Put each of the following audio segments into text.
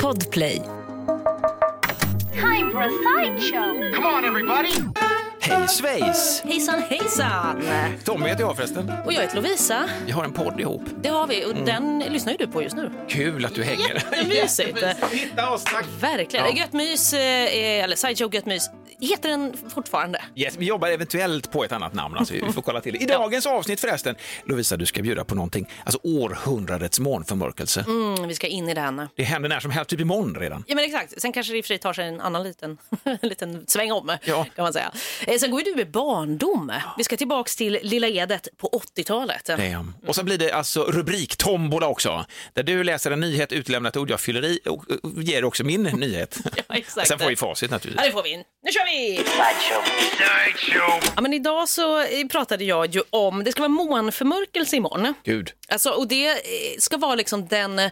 Podplay. Time for a sideshow. Come on everybody! Hej svejs! Hejsan hejsan! Tommy heter jag förresten. Och jag heter Lovisa. Vi har en podd ihop. Det har vi och Mm. den lyssnar ju du på just nu. Kul att du hänger. Mysigt. Hitta oss, tack! Verkligen. Ja. Gött mys, eh, eller Sideshow Gött mys, heter den fortfarande. Yes, vi jobbar eventuellt på ett annat namn. Alltså, vi får kolla till. I dagens avsnitt förresten, Lovisa, du ska bjuda på någonting. Alltså århundradets månförmörkelse. Mm, vi ska in i den. Det händer när som helst, typ imorgon redan. Ja men exakt, sen kanske det i och för sig tar sig en annan liten, liten sväng om Ja. kan man säga. Eh, Sen går ju du med barndom. Vi ska tillbaks till Lilla Edet på 80-talet. Damn. Och så blir det alltså rubriktombola också, där du läser en nyhet, utelämnar ett ord, jag fyller i och och ger också min nyhet. Ja, exakt. Alltså- Sen får vi facit naturligtvis. Ja, det får vi in. Nu kör vi! Ja, men idag så eh, pratade jag ju om, det ska vara månförmörkelse imorgon. Gud. Alltså, och det eh, ska vara liksom den, eh,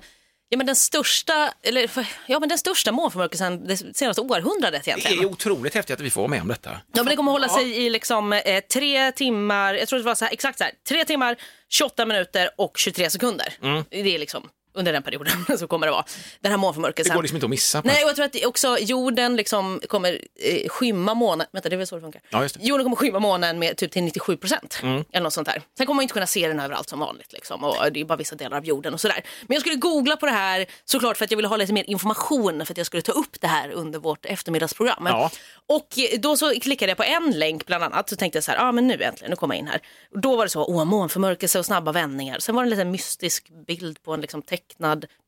ja, men den största, eller, ja, men den största månförmörkelsen det senaste århundradet Det är egentligen. otroligt häftigt att vi får vara med om detta. Ja, men det kommer hålla sig i liksom, eh, tre timmar, jag tror det var så här, exakt så här, tre timmar, 28 minuter och 23 sekunder. Mm. Det är liksom under den perioden så kommer det vara. Den här Det månförmörkelsen. går liksom inte att missa. på Nej, och jag tror att det också jorden liksom kommer eh, skymma månen. Vänta, det är väl så det funkar? Ja, just det. Mm. Jorden kommer skymma månen med typ till 97 procent. Eller något sånt där. Sen kommer man inte kunna se den överallt som vanligt. Liksom, och det är bara vissa delar av jorden och sådär. Men jag skulle googla på det här såklart för att jag ville ha lite mer information för att jag skulle ta upp det här under vårt eftermiddagsprogram. Ja. Och eh, då så klickade jag på en länk bland annat så tänkte jag så här, ja ah, men nu äntligen, nu kommer jag in här. Och Då var det så, åh månförmörkelse och snabba vändningar. Sen var det en liten mystisk bild på en liksom tecknad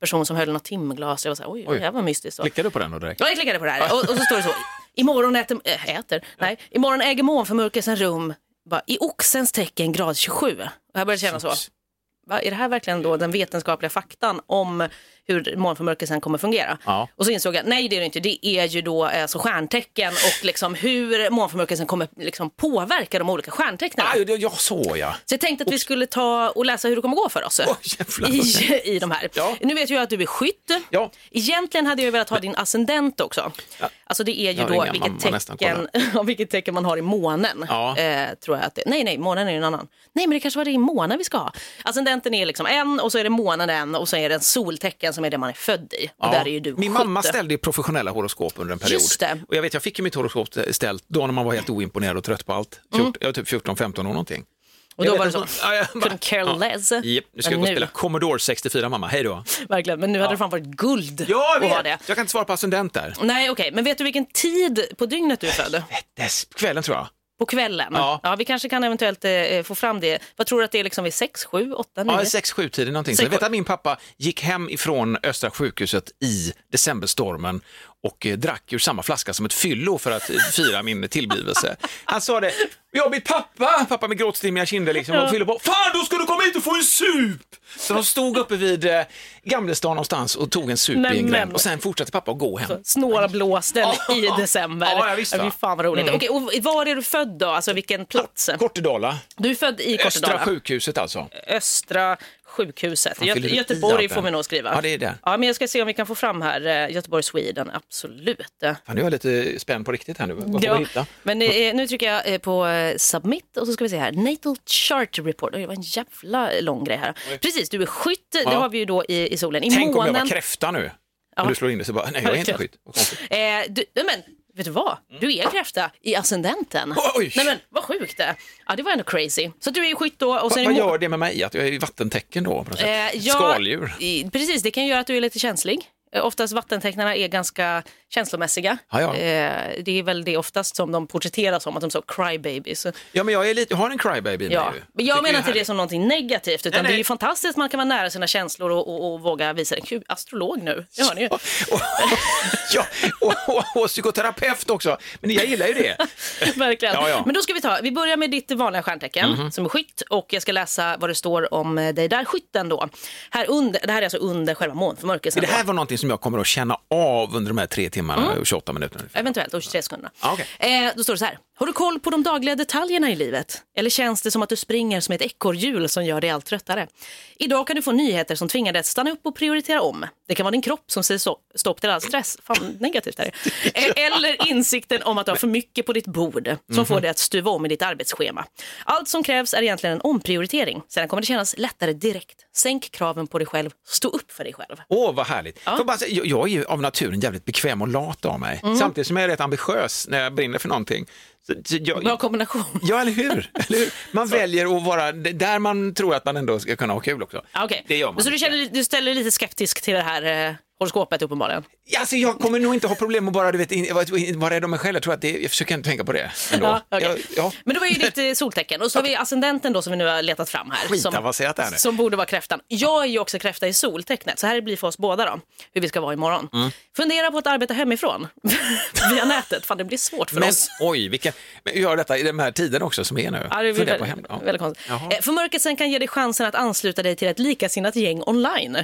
person som höll något timglas. Jag var så här, oj, Oj. det här var mystiskt. Så. Klickar du på den då direkt? Ja, jag klickade på det här och, och så står det så. Imorgon äter, äh, äter nej, imorgon äger månförmörkelsen rum bara, i oxens tecken grad 27. Och jag började känna så. Va, är det här verkligen då den vetenskapliga faktan om hur månförmörkelsen kommer fungera? Ja. Och så insåg jag, nej det är det inte, det är ju då alltså, stjärntecken och liksom hur månförmörkelsen kommer liksom, påverka de olika stjärntecknen. Aj, det- ja, så ja. Så jag tänkte att vi skulle ta och läsa hur det kommer gå för oss Åh, jävlar. i, i de här. Ja. Nu vet jag att du är skytt. Ja. Egentligen hade jag ju velat ha din ascendent också. Alltså det är ju Jag då ringer vilket mamma nästan, tecken, ja, vilket tecken man har i månen. Ja. Eh, tror jag att det, nej, nej, månen är ju en annan. Nej, men det kanske var det i månen vi ska ha. Ascendenten är liksom en och så är det månen en och så är det en soltecken som är det man är född i. Och Ja. där är ju du Min mamma skytt. ställde ju professionella horoskop under en period. Just det. Och jag vet, jag fick ju mitt horoskop ställt då när man var helt oimponerad och trött på allt. Fjort, Jag var typ 14-15 år någonting. Mm. Och Jag då vet var det inte så, vad- Ja, jag bara- couldn't care less. Japp, nu ska jag Men gå och spela Commodore 64 mamma, hej då. Verkligen, men nu hade det fan varit guld Ja, att ha jag, det. vet. jag kan inte svara på ascendent där. Nej, okej. Men vet du vilken tid på dygnet du är född? Des, kvällen tror jag. På kvällen? Ja. vi kanske kan eventuellt eh, få fram det. Vad tror du att det är liksom vid 6, 7, 8, 9? Ja, 6-7 tiden någonting. Så Sex, jag vet sju. att min pappa gick hem ifrån Östra sjukhuset i decemberstormen och eh, drack ur samma flaska som ett fyllo för att eh, fira min tillblivelse. Han sa det, jag mitt pappa, pappa med gråtstimmiga kinder liksom, och fyllde på, fan då ska du komma hit och få en sup! Så de stod uppe vid eh, Gamlestan någonstans och tog en sup Men, i en gränd men. och sen fortsatte pappa att gå hem. Snålblåsten i december. Ja, ja, visst, va? Mm. Fy fan vad roligt. Okej, och var är du född då? Alltså vilken plats? Kortedala, Du är född i Östra Kortedala. sjukhuset alltså. Östra sjukhuset. fyller Göte ut i Göteborg appen. får vi nog skriva. Ja, det är det. Ja, men jag ska se om vi kan få fram här eh, Göteborg, Sweden. Absolut. Fan, nu är jag lite spänd på riktigt här nu. Vad får Ja, vi hitta? men eh, nu trycker jag eh, på eh, submit och så ska vi se här. Natal chart report. Oj, Det var en jävla lång grej här. Precis, du är skytt. Det har vi ju då i, i solen. I Tänk om jag månen. var kräfta nu. Om du slår in det så bara, nej jag är inte Verkligen. skit. Vad konstigt. Mm. Eh, du, nej, men, vet du vad? Du är kräfta i ascendenten. Oj! Nej men vad sjukt det Ja det var ändå crazy. Så du är skytt då och Va, sen vad är må- gör det med mig att jag är i vattentecken då? På något sätt? Eh, ja, Skaldjur. i- Precis, det kan ju göra att du är lite känslig. Eh, Oftast vattentecknarna är ganska känslomässiga. Ja, ja. Eh, det är väl det oftast som de porträtteras som, att de så crybabies. Ja, men jag, är lite, jag har en crybaby i mig Ja. Men ju. Tycker jag menar inte är det som någonting negativt, utan Nej, nej. det är ju fantastiskt att man kan vara nära sina känslor och, och, och våga visa det. Gud, astrolog nu, det hör ni ju. härligt. Och, ja, och, och, och psykoterapeut också. Men jag gillar ju det. Verkligen. Ja, Mhm. ja. Men då ska vi ta, vi börjar med ditt vanliga stjärntecken som är skytt och jag ska läsa vad det står om eh, dig där, skytten då. Här under, det här är alltså under själva månförmörkelsen. Det här då. var någonting som jag kommer att Mm. känna av under de här tre timmarna och 28 minuterna. Eventuellt, och 23 sekunderna. Ja, okej. Eh, då står det så här, Har du koll på de dagliga detaljerna i livet? Eller känns det som att du springer som ett ekorrhjul som gör dig allt tröttare? Idag kan du få nyheter som tvingar dig att stanna upp och prioritera om. Det kan vara din kropp som säger so- stopp till all stress. Fan, negativt där. Eh, Eller insikten om att du har för mycket på ditt bord Mhm. som får dig att stuva om i ditt arbetsschema. Allt som krävs är egentligen en omprioritering. Sedan kommer det kännas lättare direkt. Sänk kraven på dig själv. Stå upp för dig själv. Åh, vad härligt. Får Bara, säga, jag, jag är ju av naturen jävligt bekväm och lat av mig. Mm. Samtidigt som jag är rätt ambitiös när jag brinner för någonting. Så, så Bra jag, kombination. ja, eller hur? Eller hur? Man väljer att vara där man tror att man ändå ska kunna ha kul också. Ah, Okej. Det gör man. Så du, känner, du ställer dig lite skeptisk till det här eh, horoskopet uppenbarligen? Ja, Alltså, jag kommer nog inte ha problem med bara du vet, in- vara- vara rädd om mig själv. Jag, tror att det, jag försöker inte tänka på det ändå. Ja, okej. jag, ja. Men det var ju ditt eh, soltecken och så har vi ascendenten då som vi nu har letat fram här. Skit, vad säger jag att det är nu? som borde vara kräftan. Jag är ju också kräfta i soltecknet så här blir för oss båda då hur vi ska vara imorgon. Mm. Fundera på att arbeta hemifrån via nätet. Fan det blir svårt för Men oss. oj, vilken... Men gör detta i den här tiden också som är nu. Ja, det blir Fundera väldigt, på hem, ja. väldigt konstigt. Jaha. Eh, Förmörkelsen kan ge dig chansen att ansluta dig till ett likasinnat gäng online.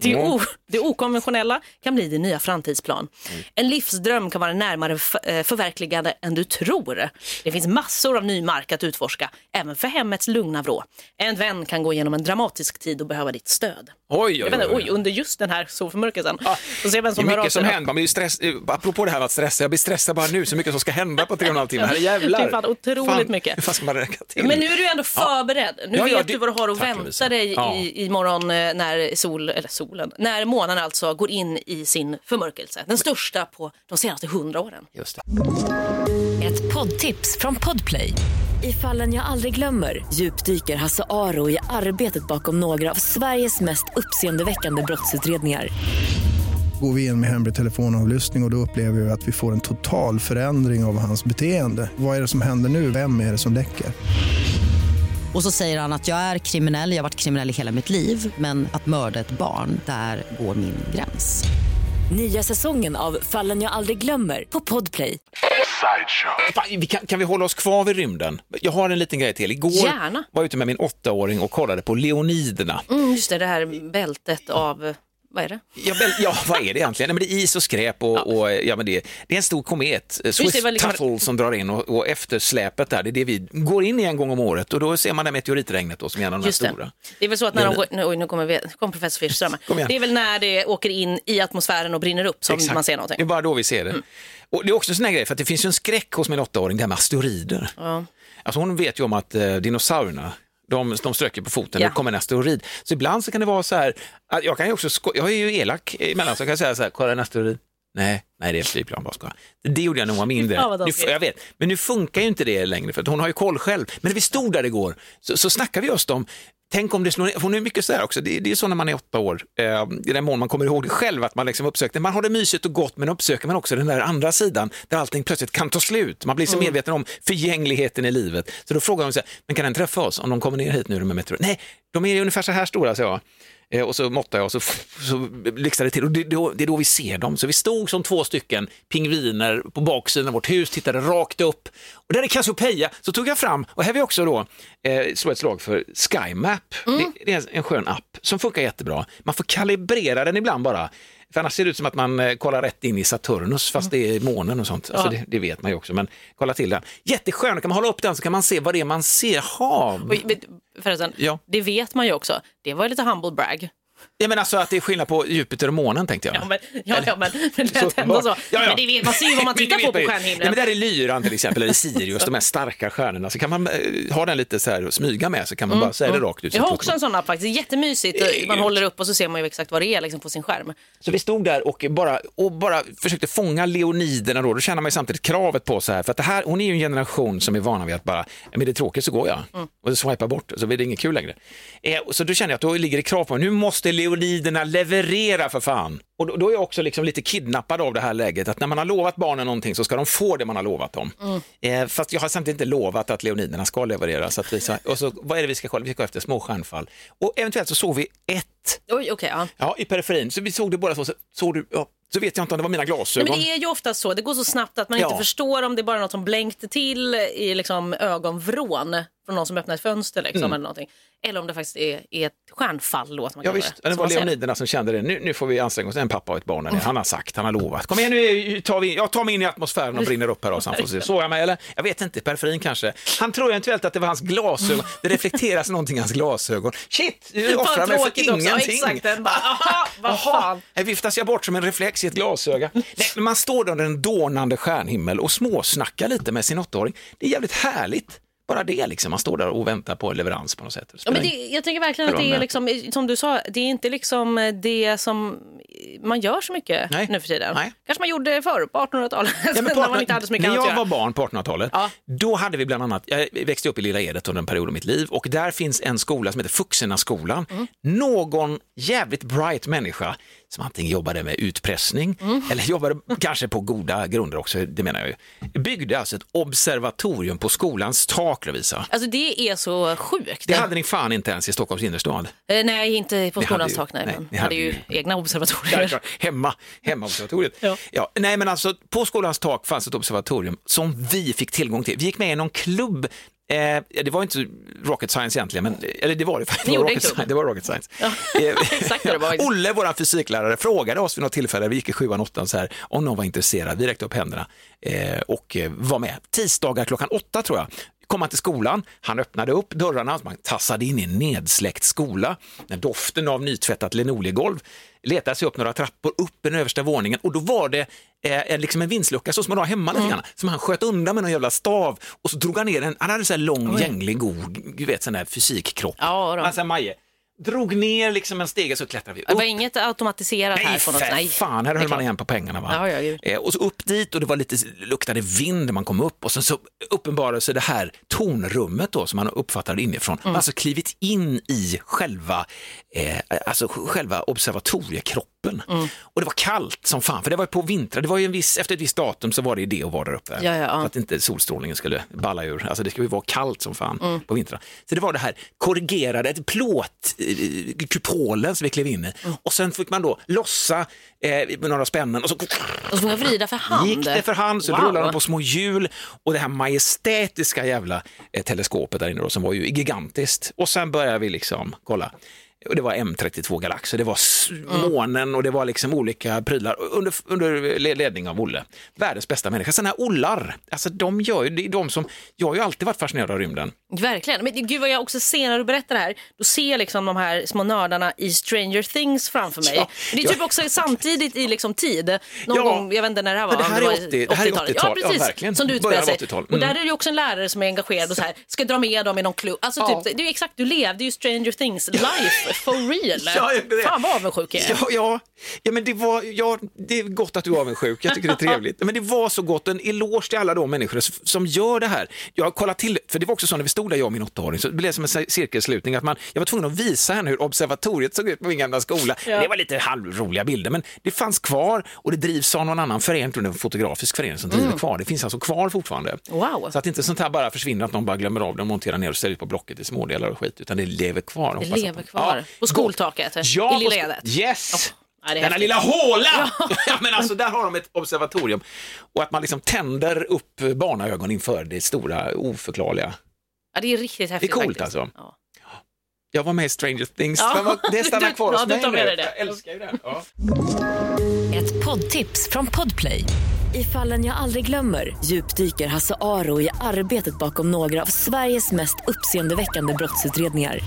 Det, Ja. o- det okonventionella kan bli din nya framtidsplan. Mm. En livsdröm kan vara närmare f- eh, förverkligande än du tror. Det finns massor av ny mark att utforska, även för hemmets lugna vrå. En vän kan gå igenom en dramatisk tid och behöva ditt stöd. Oj, Jag oj, vet oj. inte, oj, under just den här solförmörkelsen. Får se vem Ah, Det är som hör av mycket som sig. då. händer. Man blir ju stress... eh, Apropå det här med att stressa, jag blir stressad bara nu. Så mycket som ska hända på tre och en halv timme. Herrejävlar. Det är fan otroligt Fan, mycket. Hur fan ska man räcka till? Men nu är du ändå förberedd. Nu Ja, ja, vet det- du vad du har att Tack, vänta Lovisa. dig Ja. i, imorgon eh, när sol, eller solen, när månen alltså går in i sin förmörkelse. Den största på de senaste hundra åren. Just det. Ett poddtips från Podplay. I fallen jag aldrig glömmer djupdyker Hasse Aro i arbetet bakom några av Sveriges mest uppseendeväckande brottsutredningar. går vi in med hemlig telefonavlyssning och, och då upplever vi att vi får en total förändring av hans beteende. Vad är det som händer nu? Vem är det som läcker? Och så säger han att jag är kriminell, jag har varit kriminell i hela mitt liv men att mörda ett barn, där går min gräns. Nya säsongen av Fallen jag aldrig glömmer på Podplay. Sideshow. Fan, vi kan, kan vi hålla oss kvar vid rymden? Jag har en liten grej till. Igår Gärna. var jag ute med min åttaåring och kollade på Leoniderna. Mm, just det, det här bältet av, vad är det? Ja, väl, ja, vad är det egentligen? Nej, men det är is och skräp och, och ja, men det, det är en stor komet, eh, Swiss det, det var liksom- Tuttle, som drar in och, och eftersläpet där, det är det vi går in i en gång om året och då ser man det här meteoritregnet då, som är en av de här Just det. stora. det är väl så att när de Leonid. går, nu, oj, nu kommer, vi, kom professor Fischerström. Kom igen. Det är väl när det åker in i atmosfären och brinner upp som man ser Det är någonting. Mm. bara då vi ser det. Och det är också en sån här grej, för att det finns ju en skräck hos min åttaåring, det här med asteroider. Alltså hon vet ju om att eh, dinosaurierna, de, de ströker på foten, Ja. nu kommer en asteroid. Så ibland så kan det vara så här, att jag kan ju också sko- jag är ju elak emellan, så jag kan säga så här, kolla en asteroid. Nej, nej det är ett flygplan, bara skoja. Det gjorde jag när hon var mindre. Fan, vad nu, taskigt. jag vet, men nu funkar ju inte det längre, för att hon har ju koll själv. Men när vi stod där igår, så, så snackade vi just om Tänk om det slår ner, hon är mycket så här också, det, det är så när man är åtta år, eh, i den mån man kommer ihåg det själv, att man liksom uppsökte, man har det mysigt och gott men uppsöker man också den där andra sidan där allting plötsligt kan ta slut. Man blir så medveten om förgängligheten i livet. Så då frågar hon så här, men kan den träffa oss om de kommer ner hit nu de här meteoriterna? Nej, de är ungefär så här stora, så jag. Eh, Och så måttar jag och så, så blixtrar det till och det, det, det är då vi ser dem. Så vi stod som två stycken pingviner på baksidan av vårt hus, tittade rakt upp. Och där är Cassiopeia, så tog jag fram, och här vi också då eh, slå ett slag för SkyMap. Mm. Det, det är en, en skön app som funkar jättebra. Man får kalibrera den ibland bara. För annars ser det ut som att man eh, kollar rätt in i Saturnus fast det är månen och sånt. Alltså det, det vet man ju också, men kolla till den. Jätteskön, kan man hålla upp den så kan man se vad det är man ser. Jaha, Oj, men Förresten, Ja. det vet man ju också. Det var ju lite humble brag. jag menar alltså att det är skillnad på Jupiter och månen tänkte jag. Ja, men, ja, ja, men, men det Så lät ändå så. uppenbart. Ja, ja. Men det vet, man ser ju vad man Men tittar det vet på på man ju. Nej, stjärnhimlen. men där är Lyran till exempel, eller Sirius, de här starka stjärnorna. Så kan man eh, ha den lite så här och smyga med så kan man bara säga det rakt ut. Mm. Jag Så har att- också en sån app faktiskt, jättemysigt. Man håller upp och så ser man ju exakt vad det är liksom, på sin skärm. Så vi stod där och bara, och bara försökte fånga Leoniderna då. Då känner man ju samtidigt kravet på så här, för att det här, hon är ju en generation som är vana vid att bara, men det är tråkigt så går jag och så swipar bort så blir det inget kul längre. Eh, och så då känner jag att då ligger det krav på mig, nu måste Leoniderna leverera för fan. Och då, då är jag också liksom lite kidnappad av det här läget, att när man har lovat barnen någonting så ska de få det man har lovat dem. Eh, fast jag har samtidigt inte lovat att Leoniderna ska leverera. Så att vi, sa- och så, vad är det vi ska kolla? Vi ska gå efter små stjärnfall. Och eventuellt så såg vi ett Oj, okay, ja. Ja, i periferin. Så vi såg det bara så. så- Såg du, ja, så vet jag inte om det var mina Nej, glasögon. men det är ju ofta så, det går så snabbt att man Ja. inte förstår om det är bara något som blänkte till i liksom, ögonvrån. från någon som öppnar ett fönster liksom, eller någonting. Eller om det faktiskt är, är ett stjärnfall då. Som man Mm. Ja, kallar visst, det, det som var man Mm. säger. Leoniderna som kände det. Nu, nu får vi anstränga oss. En pappa och ett barn. är det. Han har sagt, han har lovat. Kom igen nu, tar vi in. jag tar mig in i atmosfären och brinner upp här. Och sen får vi se. Såg jag mig eller? Jag vet inte, periferin kanske. Han tror eventuellt att det var hans glasögon. Det reflekteras någonting i hans glasögon. Shit, jag Fan, offrar mig för tråkigt också. Ja, ingenting. exakt, den bara, aha, vad fan. Här viftas jag bort som en reflex i ett glasöga. Nej, men man står där under en dånande stjärnhimmel och småsnackar lite med sin åttaåring. Det är jävligt härligt. Bara det liksom, man står där och väntar på leverans på något sätt. Ja, men det, jag tänker verkligen att det är liksom, som du sa, det är inte liksom det som man gör så mycket Nej. nu för tiden. Nej. Kanske man gjorde förr, på 1800-talet, när man inte hade så mycket när annat att jag göra. var barn på 1800-talet, Ja. då hade vi bland annat, jag växte upp i Lilla Edet under en period av mitt liv och där finns en skola som heter Fuxenaskolan. Mm. Någon jävligt bright människa som antingen jobbade med utpressning Mm. eller jobbade kanske på goda grunder också, det menar jag ju, byggde alltså ett observatorium på skolans tak Lovisa. Alltså det är så sjukt. Det hade ni fan inte ens i Stockholms innerstad. Eh, nej, inte på Ni hade skolans ju- tak. Nej, nej, men ni hade, hade ju ju- egna Självklart. observatorier. Hemma, hemmaobservatoriet. Ja. Ja. nej, men alltså, på skolans tak fanns ett observatorium som vi fick tillgång till. Vi gick med i någon klubb Eh, ja, det var inte rocket science egentligen, men, eller det var det faktiskt. Ni Det var gjorde en klubb. rocket science. Det var rocket science. Eh, exakt vad det var. Olle, vår fysiklärare, frågade oss vid något tillfälle, vi gick i sjuan, åttan, så här, om någon var intresserad. Vi räckte upp händerna eh, och eh, var med. Tisdagar klockan åtta tror jag kom han till skolan, han öppnade upp dörrarna, man tassade in i en nedsläckt skola. När doften av nytvättat linoleumgolv letade sig upp några trappor upp i den översta våningen och då var det eh, en- liksom en vindslucka så som man har hemma Mm. lite grann, som han sköt undan med någon jävla stav och så drog han ner den, han hade så här lång, gänglig, god, du vet sån där fysikkropp. Ja, då. Han sa Maje, drog ner liksom en stege så klättrade vi Det upp. var inget automatiserat Nej, här på något för Nej, fan, här Det är höll man klart. igen på pengarna. Va? Ja, ja, ju. Eh, och så upp dit och det var lite, luktade vind när man kom upp och sen så uppenbarade sig det här tornrummet då som man uppfattade inifrån. Mm. Man har alltså klivit in i själva, eh, alltså själva observatoriekroppen. Mm. Och det var kallt som fan, för det var ju på vintrar, det var ju en viss, efter ett visst datum så var det idé att vara där uppe. Ja, ja, ja. För att inte solstrålningen skulle balla ur, alltså det skulle ju vara kallt som fan Mm. på vintern. Så det var det här korrigerade, ett plåt, eh, kupolen som vi klev in i Mm. och sen fick man då lossa eh, med några spännen och så Och så får man vrida för hand. gick det för hand så Wow. rullade de på små hjul och det här majestätiska jävla eh, teleskopet där inne då, som var ju gigantiskt. Och sen började vi liksom kolla. Och det var M32 galaxer, det var s- Mm. månen och det var liksom olika prylar under, under le- ledning av Olle. Världens bästa människa. Sen här Ollar, alltså de gör ju, det är de som, jag har ju alltid varit fascinerad av rymden. Verkligen. Men gud vad jag också ser när du berättar det här, då ser jag liksom de här små nördarna i Stranger Things framför mig. Ja, det är ja. typ också samtidigt i liksom tid. Någon Ja. gång, jag vet inte när det här var. Men det här om är var 80 det här är 80-talet. 80-tal. Ja, Ja, precis. verkligen. som du Början utspelar av sig. 80-tal. Och där är Mm. det ju också en lärare som är engagerad och så här, ska dra med dem i någon klubb. Alltså, Ja. typ, det är ju exakt, du lever, det är ju Stranger Things life for real. Ja, det är det. Fan vad avundsjuk jag är. Ja, ja. ja men det, var, ja, det är gott att du är avundsjuk. Jag tycker det är trevligt. Men det var så gott. En eloge till alla de människor s- som gör det här. Jag har kollat till, för det var också så när vi stod där, jag och min åttaåring, så det blev som en cir- cirkelslutning. Att man, jag var tvungen att visa henne hur observatoriet såg ut på min gamla skola. Det var lite halvroliga bilder, men det fanns kvar och det drivs av någon annan förening, tror jag, en fotografisk förening som driver kvar. Det finns alltså kvar fortfarande. Wow. Så att inte sånt här bara försvinner, att någon bara glömmer av det och monterar ner och ställer ut på Blocket i smådelar och skit, utan det lever kvar. Det Hoppas att lever de- kvar. Ja. På skoltaket Ja, i Lilla på sk- Edet. Yes! Ja, det är Denna häftigt. lilla håla! Ja, men alltså, där har de ett observatorium. Och att man liksom tänder upp barnaögon inför det stora oförklarliga. Ja, det är riktigt häftigt coolt faktiskt. alltså. Ja. Jag var med i Stranger Things, Ja. men vad- det stannar Du- kvar hos ja, du mig tar med nu. dig det. Jag älskar ju det. Ja. Ett poddtips från Podplay. I fallen jag aldrig glömmer djupdyker Hasse Aro i arbetet bakom några av Sveriges mest uppseendeväckande brottsutredningar.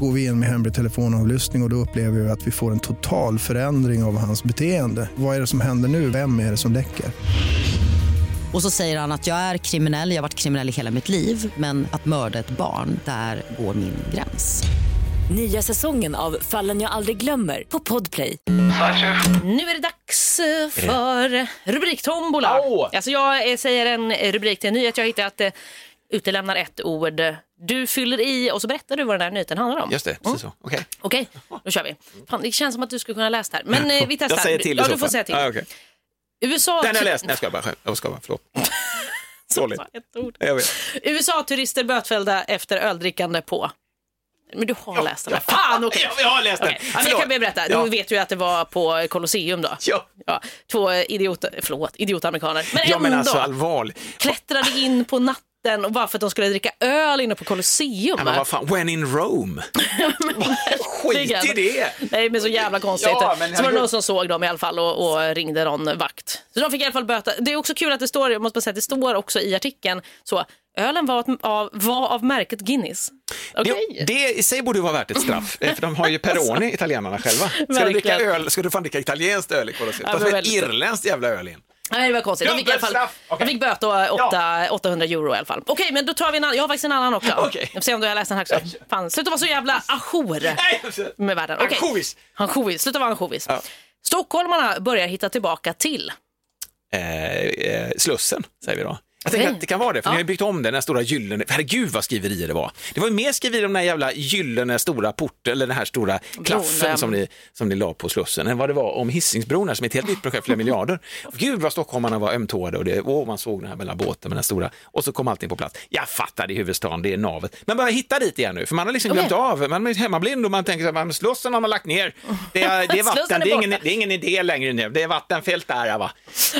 Går vi in med hemlig telefonavlyssning och, och då upplever vi att vi får en total förändring av hans beteende. Vad är det som händer nu? Vem är det som läcker? Och så säger han att jag är kriminell, jag har varit kriminell i hela mitt liv men att mörda ett barn, där går min gräns. Nya säsongen av Fallen jag aldrig glömmer på Podplay. Nu är det dags eh, för rubriktombola. Au! Alltså jag eh, säger en eh, rubrik till en nyhet jag hittat. eh, Utelämnar ett ord. Du fyller i och så berättar du vad den här nyheten handlar om. Mm, Just det, precis så. Okej. Okej, då kör vi. Fan, det känns som att du skulle kunna läsa det här. Men eh, vi testar. Jag säger till i ja, så du får fall. säga till. Ja, okej. USA... Den har jag läst. Nej, jag skojar bara. Jag skojar bara. Förlåt. Dåligt. Ett ord. Jag vet. USA-turister bötfällda efter öldrickande på... Men du har läst den här. Fan okej. Ja, jag har läst den. Okej, men jag Förlåt. kan väl berätta. Ja. Du vet ju att det var på Colosseum då. Ja. Två idioter, förlåt, idiotamerikaner. Men Ja, men ändå alltså allvarligt. klättrade in på vatten och bara för att de skulle dricka öl inne på Colosseum. Ja, men vad fan, when in Rome. Skit i det. Nej men så jävla konstigt. Ja, men så var det herregud. någon som såg dem i alla fall och, och ringde någon vakt. Så de fick i alla fall böta. Det är också kul att det står, jag måste bara säga att det står också i artikeln så, ölen var, ett, av, var av märket Guinness. Okej. Det, det i sig borde ju vara värt ett straff, eh, för de har ju Peroni, italienarna själva. Ska du, dricka Verkligen. öl, ska du fan dricka italienskt öl i Colosseum? Ja, Ta men för ett väldigt. irländskt jävla öl in. Nej, det var konstigt. De fick, i alla fall, Dubbelstraff. Okej. de fick böta och åtta- 800 euro i alla fall. Okej, men då tar vi en annan. Jag har faktiskt en annan också. Okej. Jag får se om du har läst den här också. Fan, sluta vara så jävla ajour Nej, med världen. Okej. Ansjovis. Ansjovis. Sluta vara ansjovis. Stockholmarna börjar hitta tillbaka till. eh, eh, Slussen, säger vi då. Jag tänker Okej. att det kan vara det, för ni har ju byggt om den här stora gyllene, herregud vad skriverier det var. Det var ju mer skriverier om den här jävla gyllene stora porten, eller den här stora klaffen Bron, som ni, som ni la på Slussen, än vad det var om Hisingsbron här, som är ett helt nytt projekt, flera miljarder. Gud vad stockholmarna var ömtåade och det, åh, man såg den här mellan båten med den stora, och så kom allting på plats. Jag fattar, det är huvudstaden, det är navet. Men börja hitta dit igen nu, för man har liksom glömt av, man är hemmablind och man tänker så här, "Men Slussen har man lagt ner, det är, det är vatten, Slussen är det är ingen, borta. det är ingen idé längre nu, det är vattenfält där va.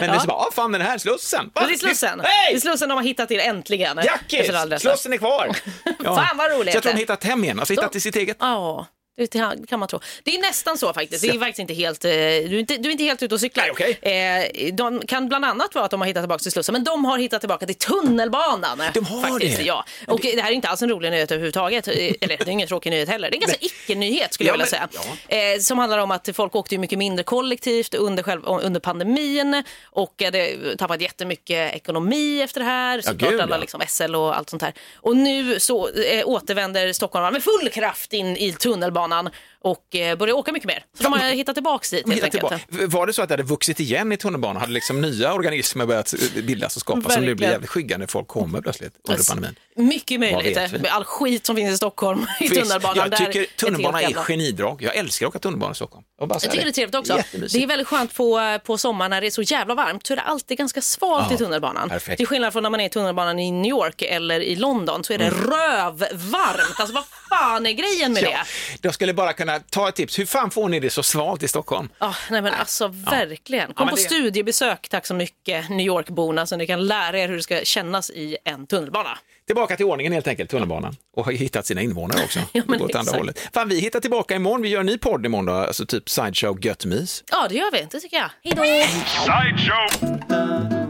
Men det är så bara, ah, fan den här slussen. Va? Men det är Slussen. Det är Nej! Slussen de har hittat till äntligen. efter all Jackis! detta. Slussen är kvar. Fan, vad roligt. Så jag tror de har hittat hem igen, alltså hittat till sitt eget. Ja, det det kan man tro. Det är nästan så faktiskt. Det är faktiskt inte helt, eh, du, är inte, du är inte helt ute och cyklar. Nej, eh, de kan bland annat vara att de har hittat tillbaka till Slussen, men de har hittat tillbaka till tunnelbanan. De har faktiskt, det? Ja. Och eh, det... här är inte alls en rolig nyhet överhuvudtaget. Eh, Eller det är ingen tråkig nyhet heller. Det är en ganska icke-nyhet skulle Ja, jag vilja men- säga. Eh, som handlar om att folk åkte ju mycket mindre kollektivt under, själv, under pandemin och eh, det tappat jättemycket ekonomi efter det här. Såklart gud, alla ja. liksom SL och allt sånt här. Och nu så eh, återvänder stockholmarna med full kraft in i tunnelbanan och eh, börjar åka mycket mer. Så de har hittat tillbaks dit De helt hittar enkelt. tillbaka. Var det så att det hade vuxit igen i tunnelbanan? Hade liksom nya organismer börjat eh, bildas och skapas som nu blir Verkligen. jävligt skygga när folk kommer plötsligt under pandemin? Mycket Vad vet möjligt. vi? Med all skit som finns i Stockholm i tunnelbanan. jag där tycker är ett tunnelbanan helt är jävla- genidrag. Jag älskar att åka tunnelbana i Stockholm. Jag, bara Jag säger tycker det är trevligt också. Jättemysigt. Det är väldigt skönt på, eh, på sommaren när det är så jävla varmt så är det alltid ganska svalt Ja, i tunnelbanan. perfekt. Till skillnad från när man är i tunnelbanan i New York eller i London så är det rövvarmt. Alltså vad fan är grejen med det? Mm. Ja, jag skulle bara kunna ta ett tips. Hur fan får ni det så svalt i Stockholm? Ja, nej men alltså verkligen. Ja, Kom men på det- studiebesök, tack så mycket New York-borna så ni kan lära er hur det ska kännas i en tunnelbana. Tillbaka till ordningen helt enkelt, tunnelbanan. Och har hittat sina invånare också. Ja, det men går åt andra exakt. hållet. Fan, vi hittar tillbaka imorgon. Vi gör en ny podd imorgon då, alltså typ Sideshow Gött Mys. Ja, det gör vi. Det tycker jag. Hej då! Sideshow!